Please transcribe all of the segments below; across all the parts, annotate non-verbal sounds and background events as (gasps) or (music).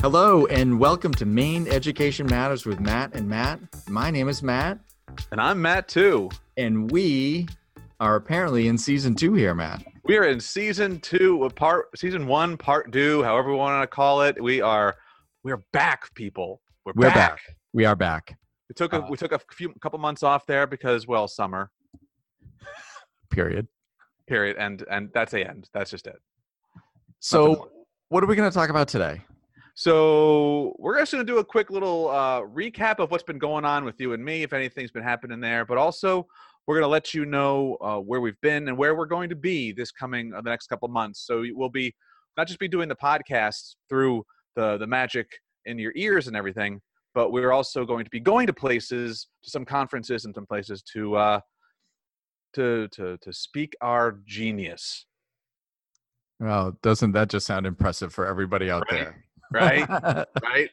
Hello and welcome to Maine Education Matters with Matt and Matt. My name is Matt, And I'm Matt too. and we are apparently in season two here, Matt. We are in season two, of part season one, part two, however we want to call it. We are we're back, people. We're, We're back. Uh-huh. We are back. We took a Uh, we took a few couple months off there because well, summer Period. period, and and that's the end. That's just it. So, what are we going to talk about today? So we're just going to do a quick little uh, recap of what's been going on with you and me, if anything's been happening there. But also, we're going to let you know uh, where we've been and where we're going to be this coming uh, the next couple months. So we'll be not just be doing the podcast through the the magic in your ears and everything, but we're also going to be going to places, to some conferences and some places to uh, to to to speak our genius, Well, doesn't that just sound impressive for everybody out Right. (laughs) right? there? right?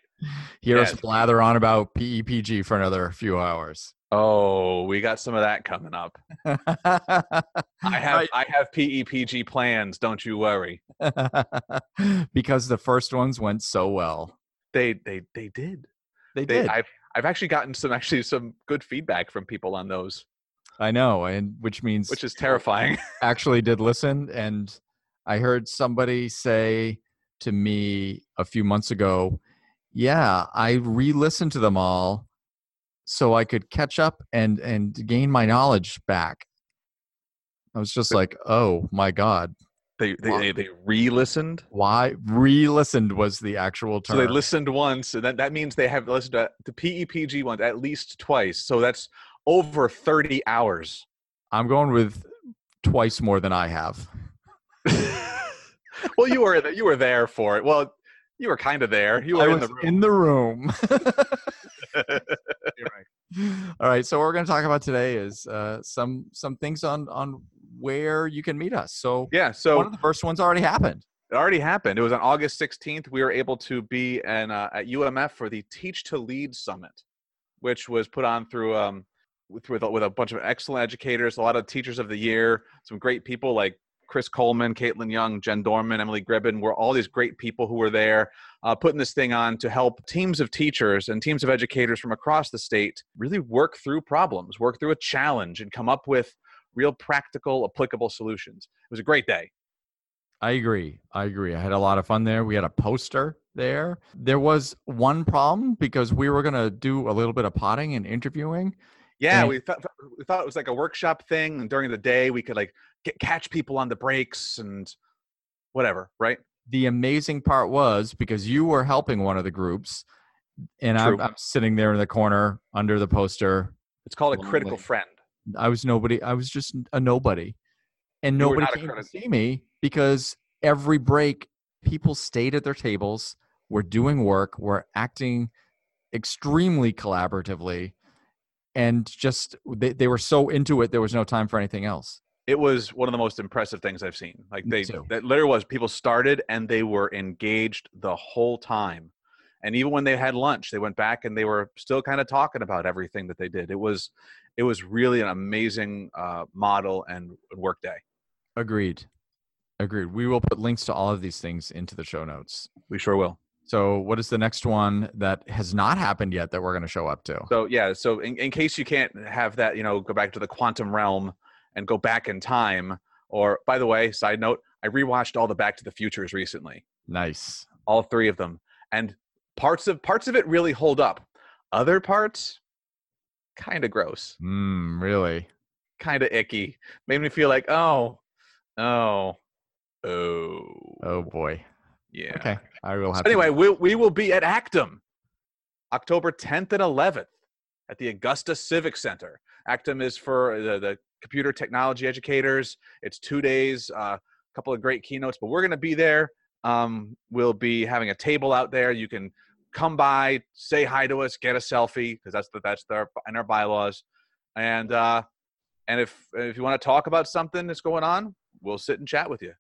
Hear us Yes. blather on about PEPG for another few (laughs) hours. Oh, we got some of that coming up. I (laughs) have Right. I have PEPG plans. Don't you worry. because the first ones went so well. They they they did. They, They, did. I've I've actually gotten some actually some good feedback from people on those, I know, and which means which is terrifying. (laughs) actually did listen and i heard somebody say to me a few months ago yeah i re-listened to them all so i could catch up and and gain my knowledge back i was just like oh my god they they, Wow. they they re-listened. why re-listened was the actual So term they listened once, and that, that means they have listened to the PEPG ones at least twice. So that's over thirty (laughs) hours. i'm going with twice more than i have well, you were th- you were there for it. Well, you were kind of there. You I were in was the room. in the room (laughs) You're right. All right, so what we're going to talk about today is uh, some some things on on where you can meet us. So, Yeah. So one of the first ones already happened. It already happened. It was on August 16th. We were able to be an, uh, at UMF for the Teach to Lead Summit, which was put on through um, with, with, a- with a bunch of excellent educators, a lot of teachers of the year, some great people like Chris Coleman, Caitlin Young, Jen Dorman, Emily Gribbon were all these great people who were there uh, putting this thing on to help teams of teachers and teams of educators from across the state really work through problems, work through a challenge, and come up with real practical, applicable solutions. It was a great day. I agree. I agree. I had a lot of fun there. We had a poster there. There was one problem because we were going to do a little bit of potting and interviewing. Yeah, And- we thought we thought it was like a workshop thing, and during the day we could like get, catch people on the breaks and whatever, right? The amazing part was because you were helping one of the groups, and I'm, True. I'm sitting there in the corner under the poster. It's called a critical Lonely. friend. I was nobody. I was just a nobody, and You were nobody not a came to critic. see me because every break, people stayed at their tables, were doing work, were acting extremely collaboratively, and just they, they were so into it. There was no time for anything else. It was one of the most impressive things I've seen. Like Me they too. that literally was people started and they were engaged the whole time. And even when they had lunch, they went back and they were still kind of talking about everything that they did. It was it was really an amazing uh, model and work day. Agreed. Agreed. We will put links to all of these things into the show notes. We sure will. So, what is the next one that has not happened yet that we're going to show up to? So yeah, so in, in case you can't have that, you know, go back to the quantum realm and go back in time. Or by the way, side note, I rewatched all the Back to the Futures recently, Nice. all three of them, and parts of parts of it really hold up. Other parts, kind of gross, Mm, really? kind of icky. Made me feel like, oh, oh, oh, Oh boy. yeah. Okay. I will So have. to- anyway, we, we will be at Actum October 10th and 11th at the Augusta Civic Center. Actum is for the, the computer technology educators. It's two days, uh, a couple of great keynotes, but we're going to be there. Um, we'll be having a table out there. You can come by, say hi to us, get a selfie because that's the, that's their in our bylaws. And uh, and if if you want to talk about something that's going on, we'll sit and chat with you.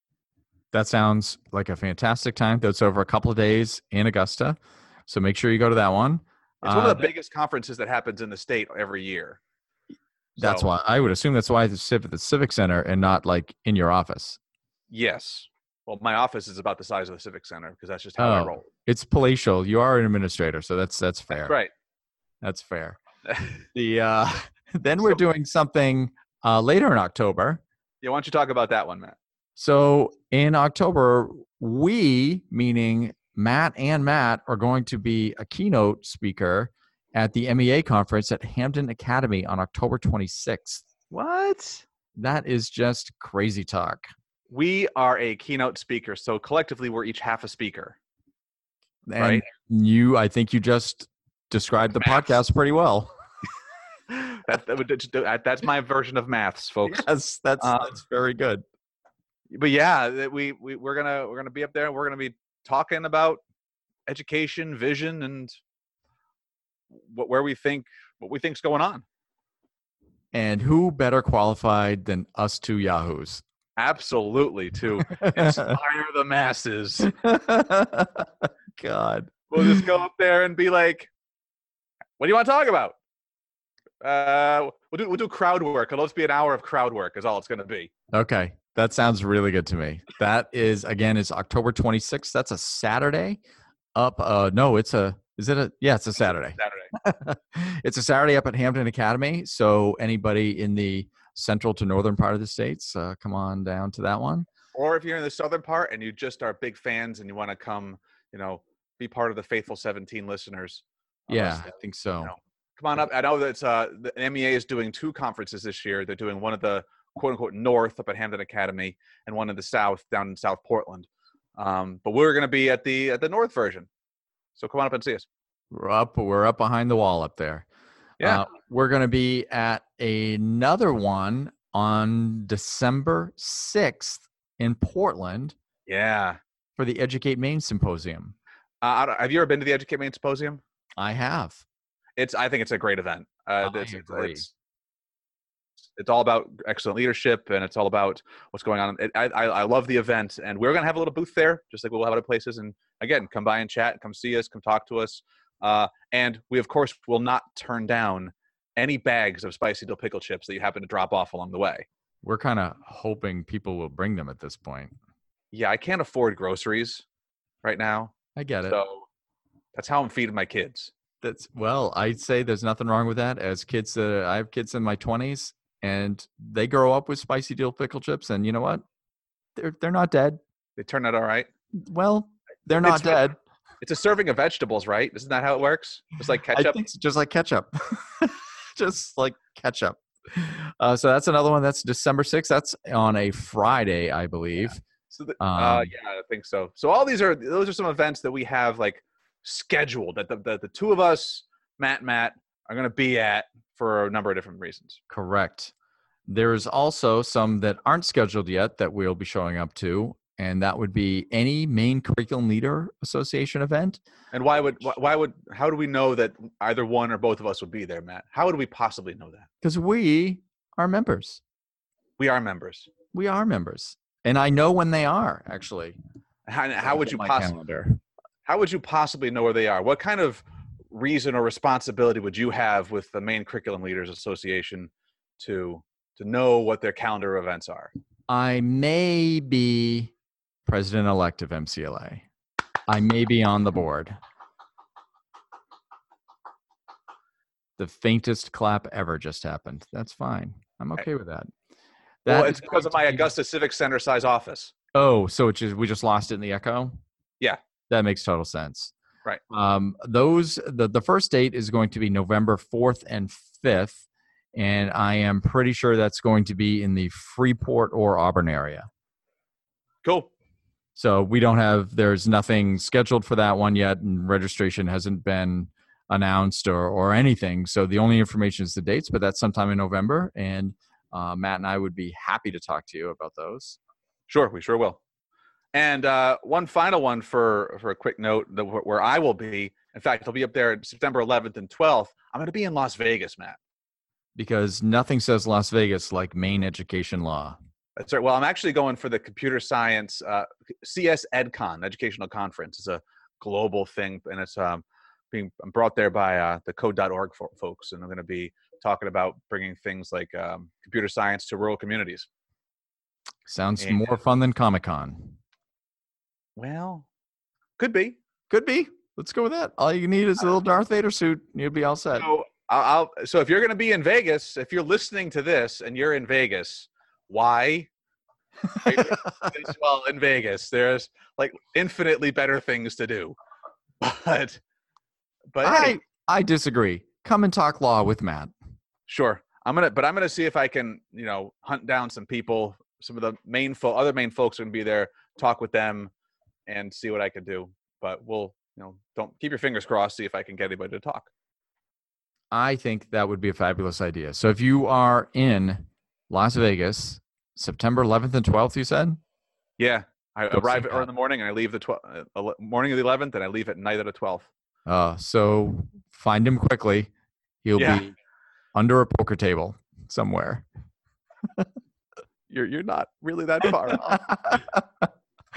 That sounds like a fantastic time. That's over a couple of days in Augusta. So make sure you go to that one. It's one Uh, of the biggest conferences that happens in the state every year. That's So, why I would assume that's why it's at the Civic Center and not like in your office. Yes. Well, my office is about the size of the Civic Center because that's just how I Oh, roll. It's palatial. You are an administrator, so that's that's fair. Right. That's fair. (laughs) The uh, (laughs) then we're doing something uh, later in October. yeah, why don't you talk about that one, Matt? So in October, we, meaning Matt and Matt, are going to be a keynote speaker at the MEA conference at Hampton Academy on October 26th. What? That is just crazy talk. We are a keynote speaker, so collectively we're each half a speaker. And Right. you, I think you just described the Maths. podcast pretty well. (laughs) That, that would, that's my version of maths, (laughs) folks. Yes, that's Uh, that's very good. but yeah that we, we we're gonna we're gonna be up there and we're gonna be talking about education vision and what where we think what we think's going on And who better qualified than us two yahoos? absolutely to (laughs) inspire the masses God. we'll just go up there and be like what do you want to talk about uh we'll do we'll do crowd work it'll just be an hour of crowd work is all it's gonna be Okay. That sounds really good to me. That is again is October 26th. That's a Saturday. Up uh no, it's a is it a yeah, it's a Saturday. saturday (laughs) it's a Saturday up at Hampton Academy. So anybody in the central to northern part of the states, uh, come on down to that one. or if you're in the southern part and you just are big fans and you want to come you know be part of the faithful 17 listeners of us Yeah, I that think so. know. come on up. I know that's uh, the MEA is doing two conferences this year. They're doing one of the quote unquote north up at Hampton Academy and one in the south down in South Portland. Um, but we're going to be at the at the north version, so come on up and see us. We're up we're up behind the wall up there. Yeah, Uh, we're going to be at another one on December 6th in Portland yeah. for the Educate Maine Symposium. Uh, I don't- have you ever been to the Educate Maine Symposium? I have. It's I think it's a great event. Uh, I it's, it's- agree. It's, it's all about excellent leadership and it's all about what's going on. It, I, I I love the event and we're gonna have a little booth there, just like we'll have other places. And again, come by and chat, come see us, come talk to us. Uh, and we of course will not turn down any bags of spicy dill pickle chips that you happen to drop off along the way. We're kind of hoping people will bring them at this point. Yeah, I can't afford groceries right now, I get it. so that's how I'm feeding my kids. That's well, I'd say there's nothing wrong with that. As kids, uh, I have kids in my 20s, and they grow up with spicy dill pickle chips, and you know what? They're they're not dead. They turn out all right. Well, they're not It's- dead. It's a serving of vegetables, right? Isn't that how it works? It's like I ketchup. think it's just like ketchup, (laughs) just like ketchup. Uh, so that's another one. That's December 6th. That's on a Friday, I believe. So the, uh, Um, yeah, I think so. So all these are those are some events that we have like scheduled that the, the, the two of us, Matt, and Matt, are going to be at for a number of different reasons. Correct. There's also some that aren't scheduled yet that we'll be showing up to, and that would be any main curriculum leader association event. And why would why, why would how do we know that either one or both of us would be there, Matt? How would we possibly know that? because we are members. We are members. We are members, and I know when they are actually. uh, How, how would you My possibly calendar? how would you possibly know where they are? What kind of reason or responsibility would you have with the main curriculum leaders association to to know what their calendar of events are? I may be president elect of MCLA. I may be on the board. The faintest clap ever just happened. That's fine. I'm okay with that. That Eh, well, is it's because of going my to be- Augusta Civic Center size office. Oh, so it just we just lost it in the echo? Yeah. That makes total sense. Right. Um those the, the first date is going to be November 4th and 5th and I am pretty sure that's going to be in the Freeport or Auburn area. Cool. So we don't have there's nothing scheduled for that one yet and registration hasn't been announced or or anything. So the only information is the dates, but that's sometime in November and uh, Matt and I would be happy to talk to you about those. Sure, we sure will. And uh, one final one for for a quick note the, wh- where I will be. In fact, I'll be up there September 11th and 12th. I'm going to be in Las Vegas, Matt. because nothing says Las Vegas like Maine education law. That's right. Well, I'm actually going for the computer science uh, CS EdCon educational conference. It's a global thing, and it's um, being I'm brought there by uh, the Code.org fo- folks, and I'm going to be talking about bringing things like um, computer science to rural communities. Sounds Yeah. more fun than Comic Con. Well, could be. Could be. Let's go with that. All you need is a little Darth Vader suit. and You'll be all set. So I'll, I'll. So if you're going to be in Vegas, if you're listening to this and you're in Vegas, why? as well in Vegas. There's like infinitely better things to do. (laughs) But but hey, I I disagree. Come and talk law with Matt. sure. I'm gonna but I'm gonna see if I can, you know, hunt down some people, some of the main fo- other main folks are gonna be there, talk with them and see what I can do. But we'll you know, don't keep your fingers crossed, see if I can get anybody to talk. I think that would be a fabulous idea. So if you are in Las Vegas, September 11th and 12th, you said. Yeah. I Don't arrive say at- or that. in the morning and I leave the twelfth morning of the eleventh and I leave at night of the twelfth. Uh, so find him quickly. He'll Yeah. be under a poker table somewhere. You're you're not really that (laughs) far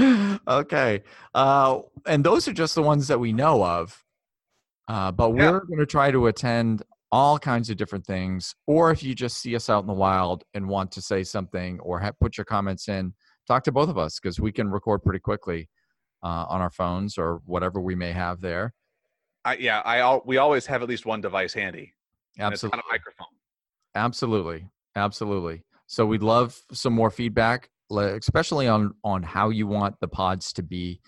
off. okay. Uh, and those are just the ones that we know of. Uh, but Yeah. we're going to try to attend all kinds of different things. Or if you just see us out in the wild and want to say something or ha- put your comments in, talk to both of us because we can record pretty quickly uh, on our phones or whatever we may have there. I, yeah, I al- we always have at least one device handy. and it's Absolutely. not a microphone. Absolutely. Absolutely. So we'd love some more feedback, le- especially on on how you want the pods to be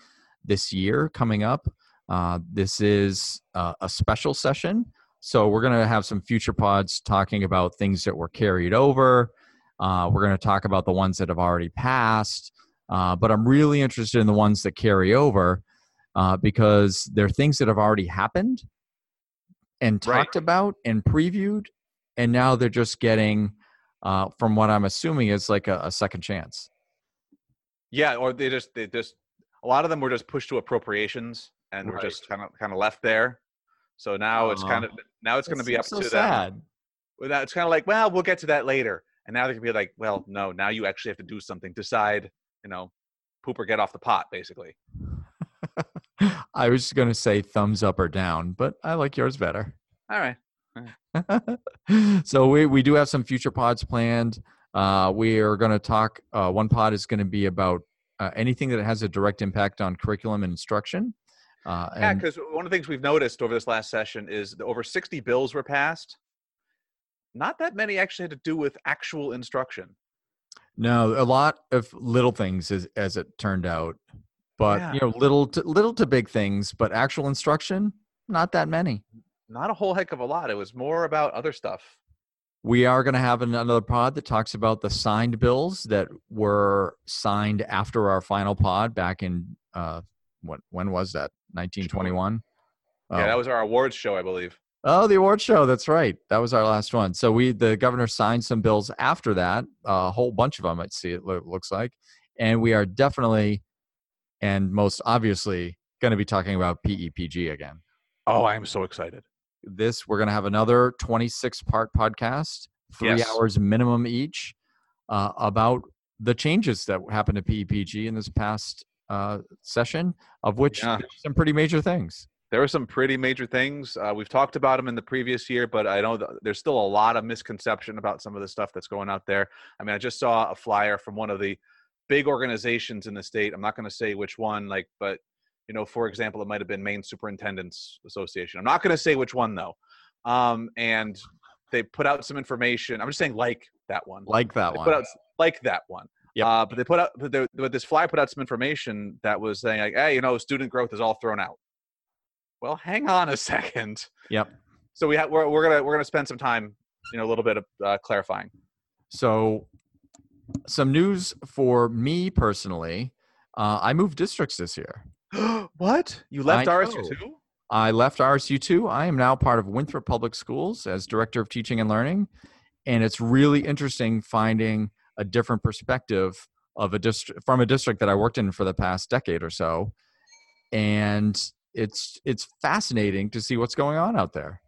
this year coming up. Uh, this is uh, a special session, so we're going to have some future pods talking about things that were carried over. Uh, we're going to talk about the ones that have already passed, uh, but I'm really interested in the ones that carry over uh, because they're things that have already happened and Right. talked about and previewed, and now they're just getting, uh, from what I'm assuming, is like a, a second chance. Yeah, or they just they just a lot of them were just pushed to appropriations and were Right. just kind of kind of left there. So now it's kind Aw. of now it's going to That be up seems to so them. sad. Well, now It's kind of like, well, we'll get to that later. And now they can be like, well, no, now you actually have to do something. Decide, you know, poop or get off the pot, basically. (laughs) I was going to say thumbs up or down, but I like yours better. (laughs) All right. so we, we do have some future pods planned. Uh, we are going to talk. Uh, one pod is going to be about uh, anything that has a direct impact on curriculum and instruction. Uh, Yeah, and because one of the things we've noticed over this last session is the over 60 bills were passed. Not that many actually had to do with actual instruction. no, a lot of little things as, as it turned out, but Yeah. you know, little to, little to big things, but actual instruction, not that many. Not a whole heck of a lot. It was more about other stuff. We are going to have an- another pod that talks about the signed bills that were signed after our final pod back in uh, what? When was that? 1921. Yeah, Oh. that was our awards show, I believe. Oh, the award show. That's right. That was our last one. So we, the governor signed some bills after that, a whole bunch of them. I see it lo- looks like, and we are definitely, and most obviously, going to be talking about PEPG again. Oh, I am so excited. This we're going to have another twenty-six part podcast, three Yes. hours minimum each, uh, about the changes that happened to PEPG in this past uh, session, of which Yeah. there's some pretty major things. There were some pretty major things. Uh, we've talked about them in the previous year, but I know th- there's still a lot of misconception about some of the stuff that's going out there. I mean, I just saw a flyer from one of the big organizations in the state. I'm not going to say which one, like, but you know, for example, it might have been Maine Superintendents Association. I'm not going to say which one though. Um, and they put out some information. I'm just saying, like that one. Like that they one. put out s- like that one. Yep. Uh, but they put out, but, they, but this flyer put out some information that was saying like, hey, you know, student growth is all thrown out. Well, hang on a (laughs) second. Yep. So we have we're, we're gonna we're gonna spend some time, you know, a little bit of uh, clarifying. (gasps) So, some news for me personally. Uh, I moved districts this year. what you left I RSU know. two? I left RSU2. I am now part of Winthrop Public Schools as Director of Teaching and Learning. And it's really interesting finding a different perspective of a district from a district that I worked in for the past decade or so. And it's it's fascinating to see what's going on out there.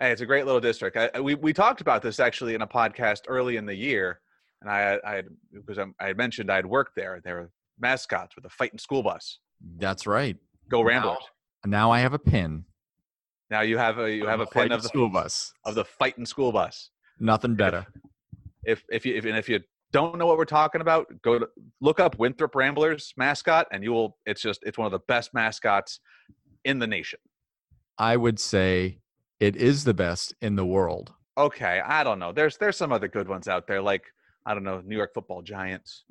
Hey, it's a great little district. I, I- we we talked about this actually in a podcast early in the year, and I I had, because I'm, I had mentioned I had worked there. They were mascots with a fighting school bus. That's right. Go Ramblers! Now I have a pin. Now, you have a you have a pin Fighting of the school bus. of the fighting school bus. Nothing better. if if you if, and if you don't know what we're talking about, go to, look up Winthrop Ramblers mascot, and you will. It's just it's one of the best mascots in the nation. I would say it is the best in the world. Okay, I don't know. There's there's some other good ones out there, like I don't know, New York Football Giants.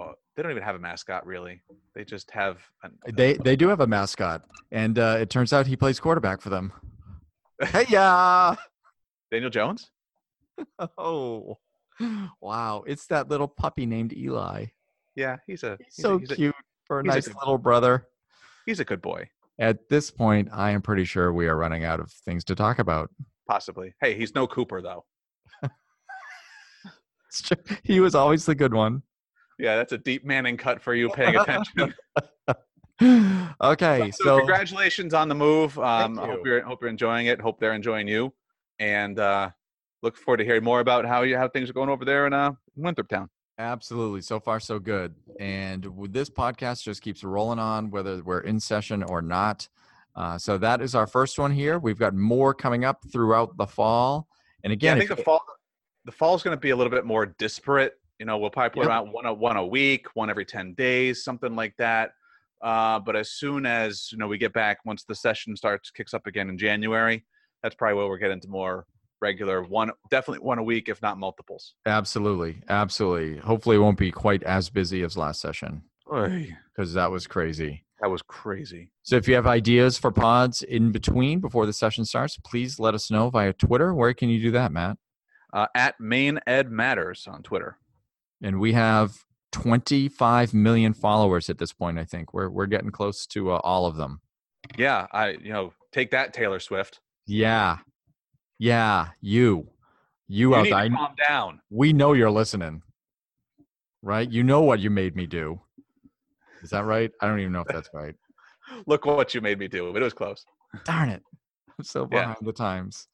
Oh, they don't even have a mascot, really. They just have an, Uh, They they do have a mascot, and uh, it turns out he plays quarterback for (laughs) them. Hey yeah! Daniel Jones. Oh, wow! It's that little puppy named Eli. Yeah, he's a He's he's so a, he's, a, cute for a he's a nice good- little brother. he's a good boy, At this point, I am pretty sure we are running out of things to talk about. (laughs) possibly. Hey, he's no Cooper though. It's ju- He was always the good one. (sighs) Yeah, that's a deep Manning cut for you (laughs) paying attention. okay, so, so congratulations on the move. Um, I hope you. you're hope you're enjoying it. Hope they're enjoying you, and uh, look forward to hearing more about how you how things are going over there in uh, Winthrop Town. absolutely, so far so good. And with this podcast just keeps rolling on, whether we're in session or not. Uh, so that is our first one here. We've got more coming up throughout the fall. And again, Yeah, I if think the fall the fall is going to be a little bit more disparate. You know, we'll probably put Yep. out one a one a week, one every ten days, something like that. Uh, but as soon as you know we get back, once the session starts kicks up again in January, that's probably where we'll get into more regular one, definitely one a week, if not multiples. Absolutely, absolutely. Hopefully, it won't be quite as busy as last session because that was crazy. That was crazy. So if you have ideas for pods in between before the session starts, please let us know via Twitter. Where can you do that, Matt? Uh, at Main Ed Matters on Twitter. And we have 25 million followers at this point. I think we're we're getting close to uh, all of them. Yeah, I you know take that Taylor Swift. Yeah, yeah. You, you, You out need there. to calm down. we know you're listening, right? You know what you made me do. Is that right? I don't even know if that's right. Look what you made me do. It was close. Darn it. I'm so Yeah. behind the times.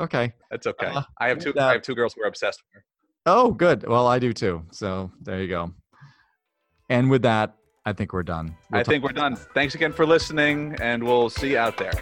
Okay. That's okay. Uh, I have two. and, uh, I have two girls who are obsessed with her. Oh, good. Well, I do too. So there you go. And with that, I think we're done. We'll I talk- think we're done. Thanks again for listening, and we'll see you out there.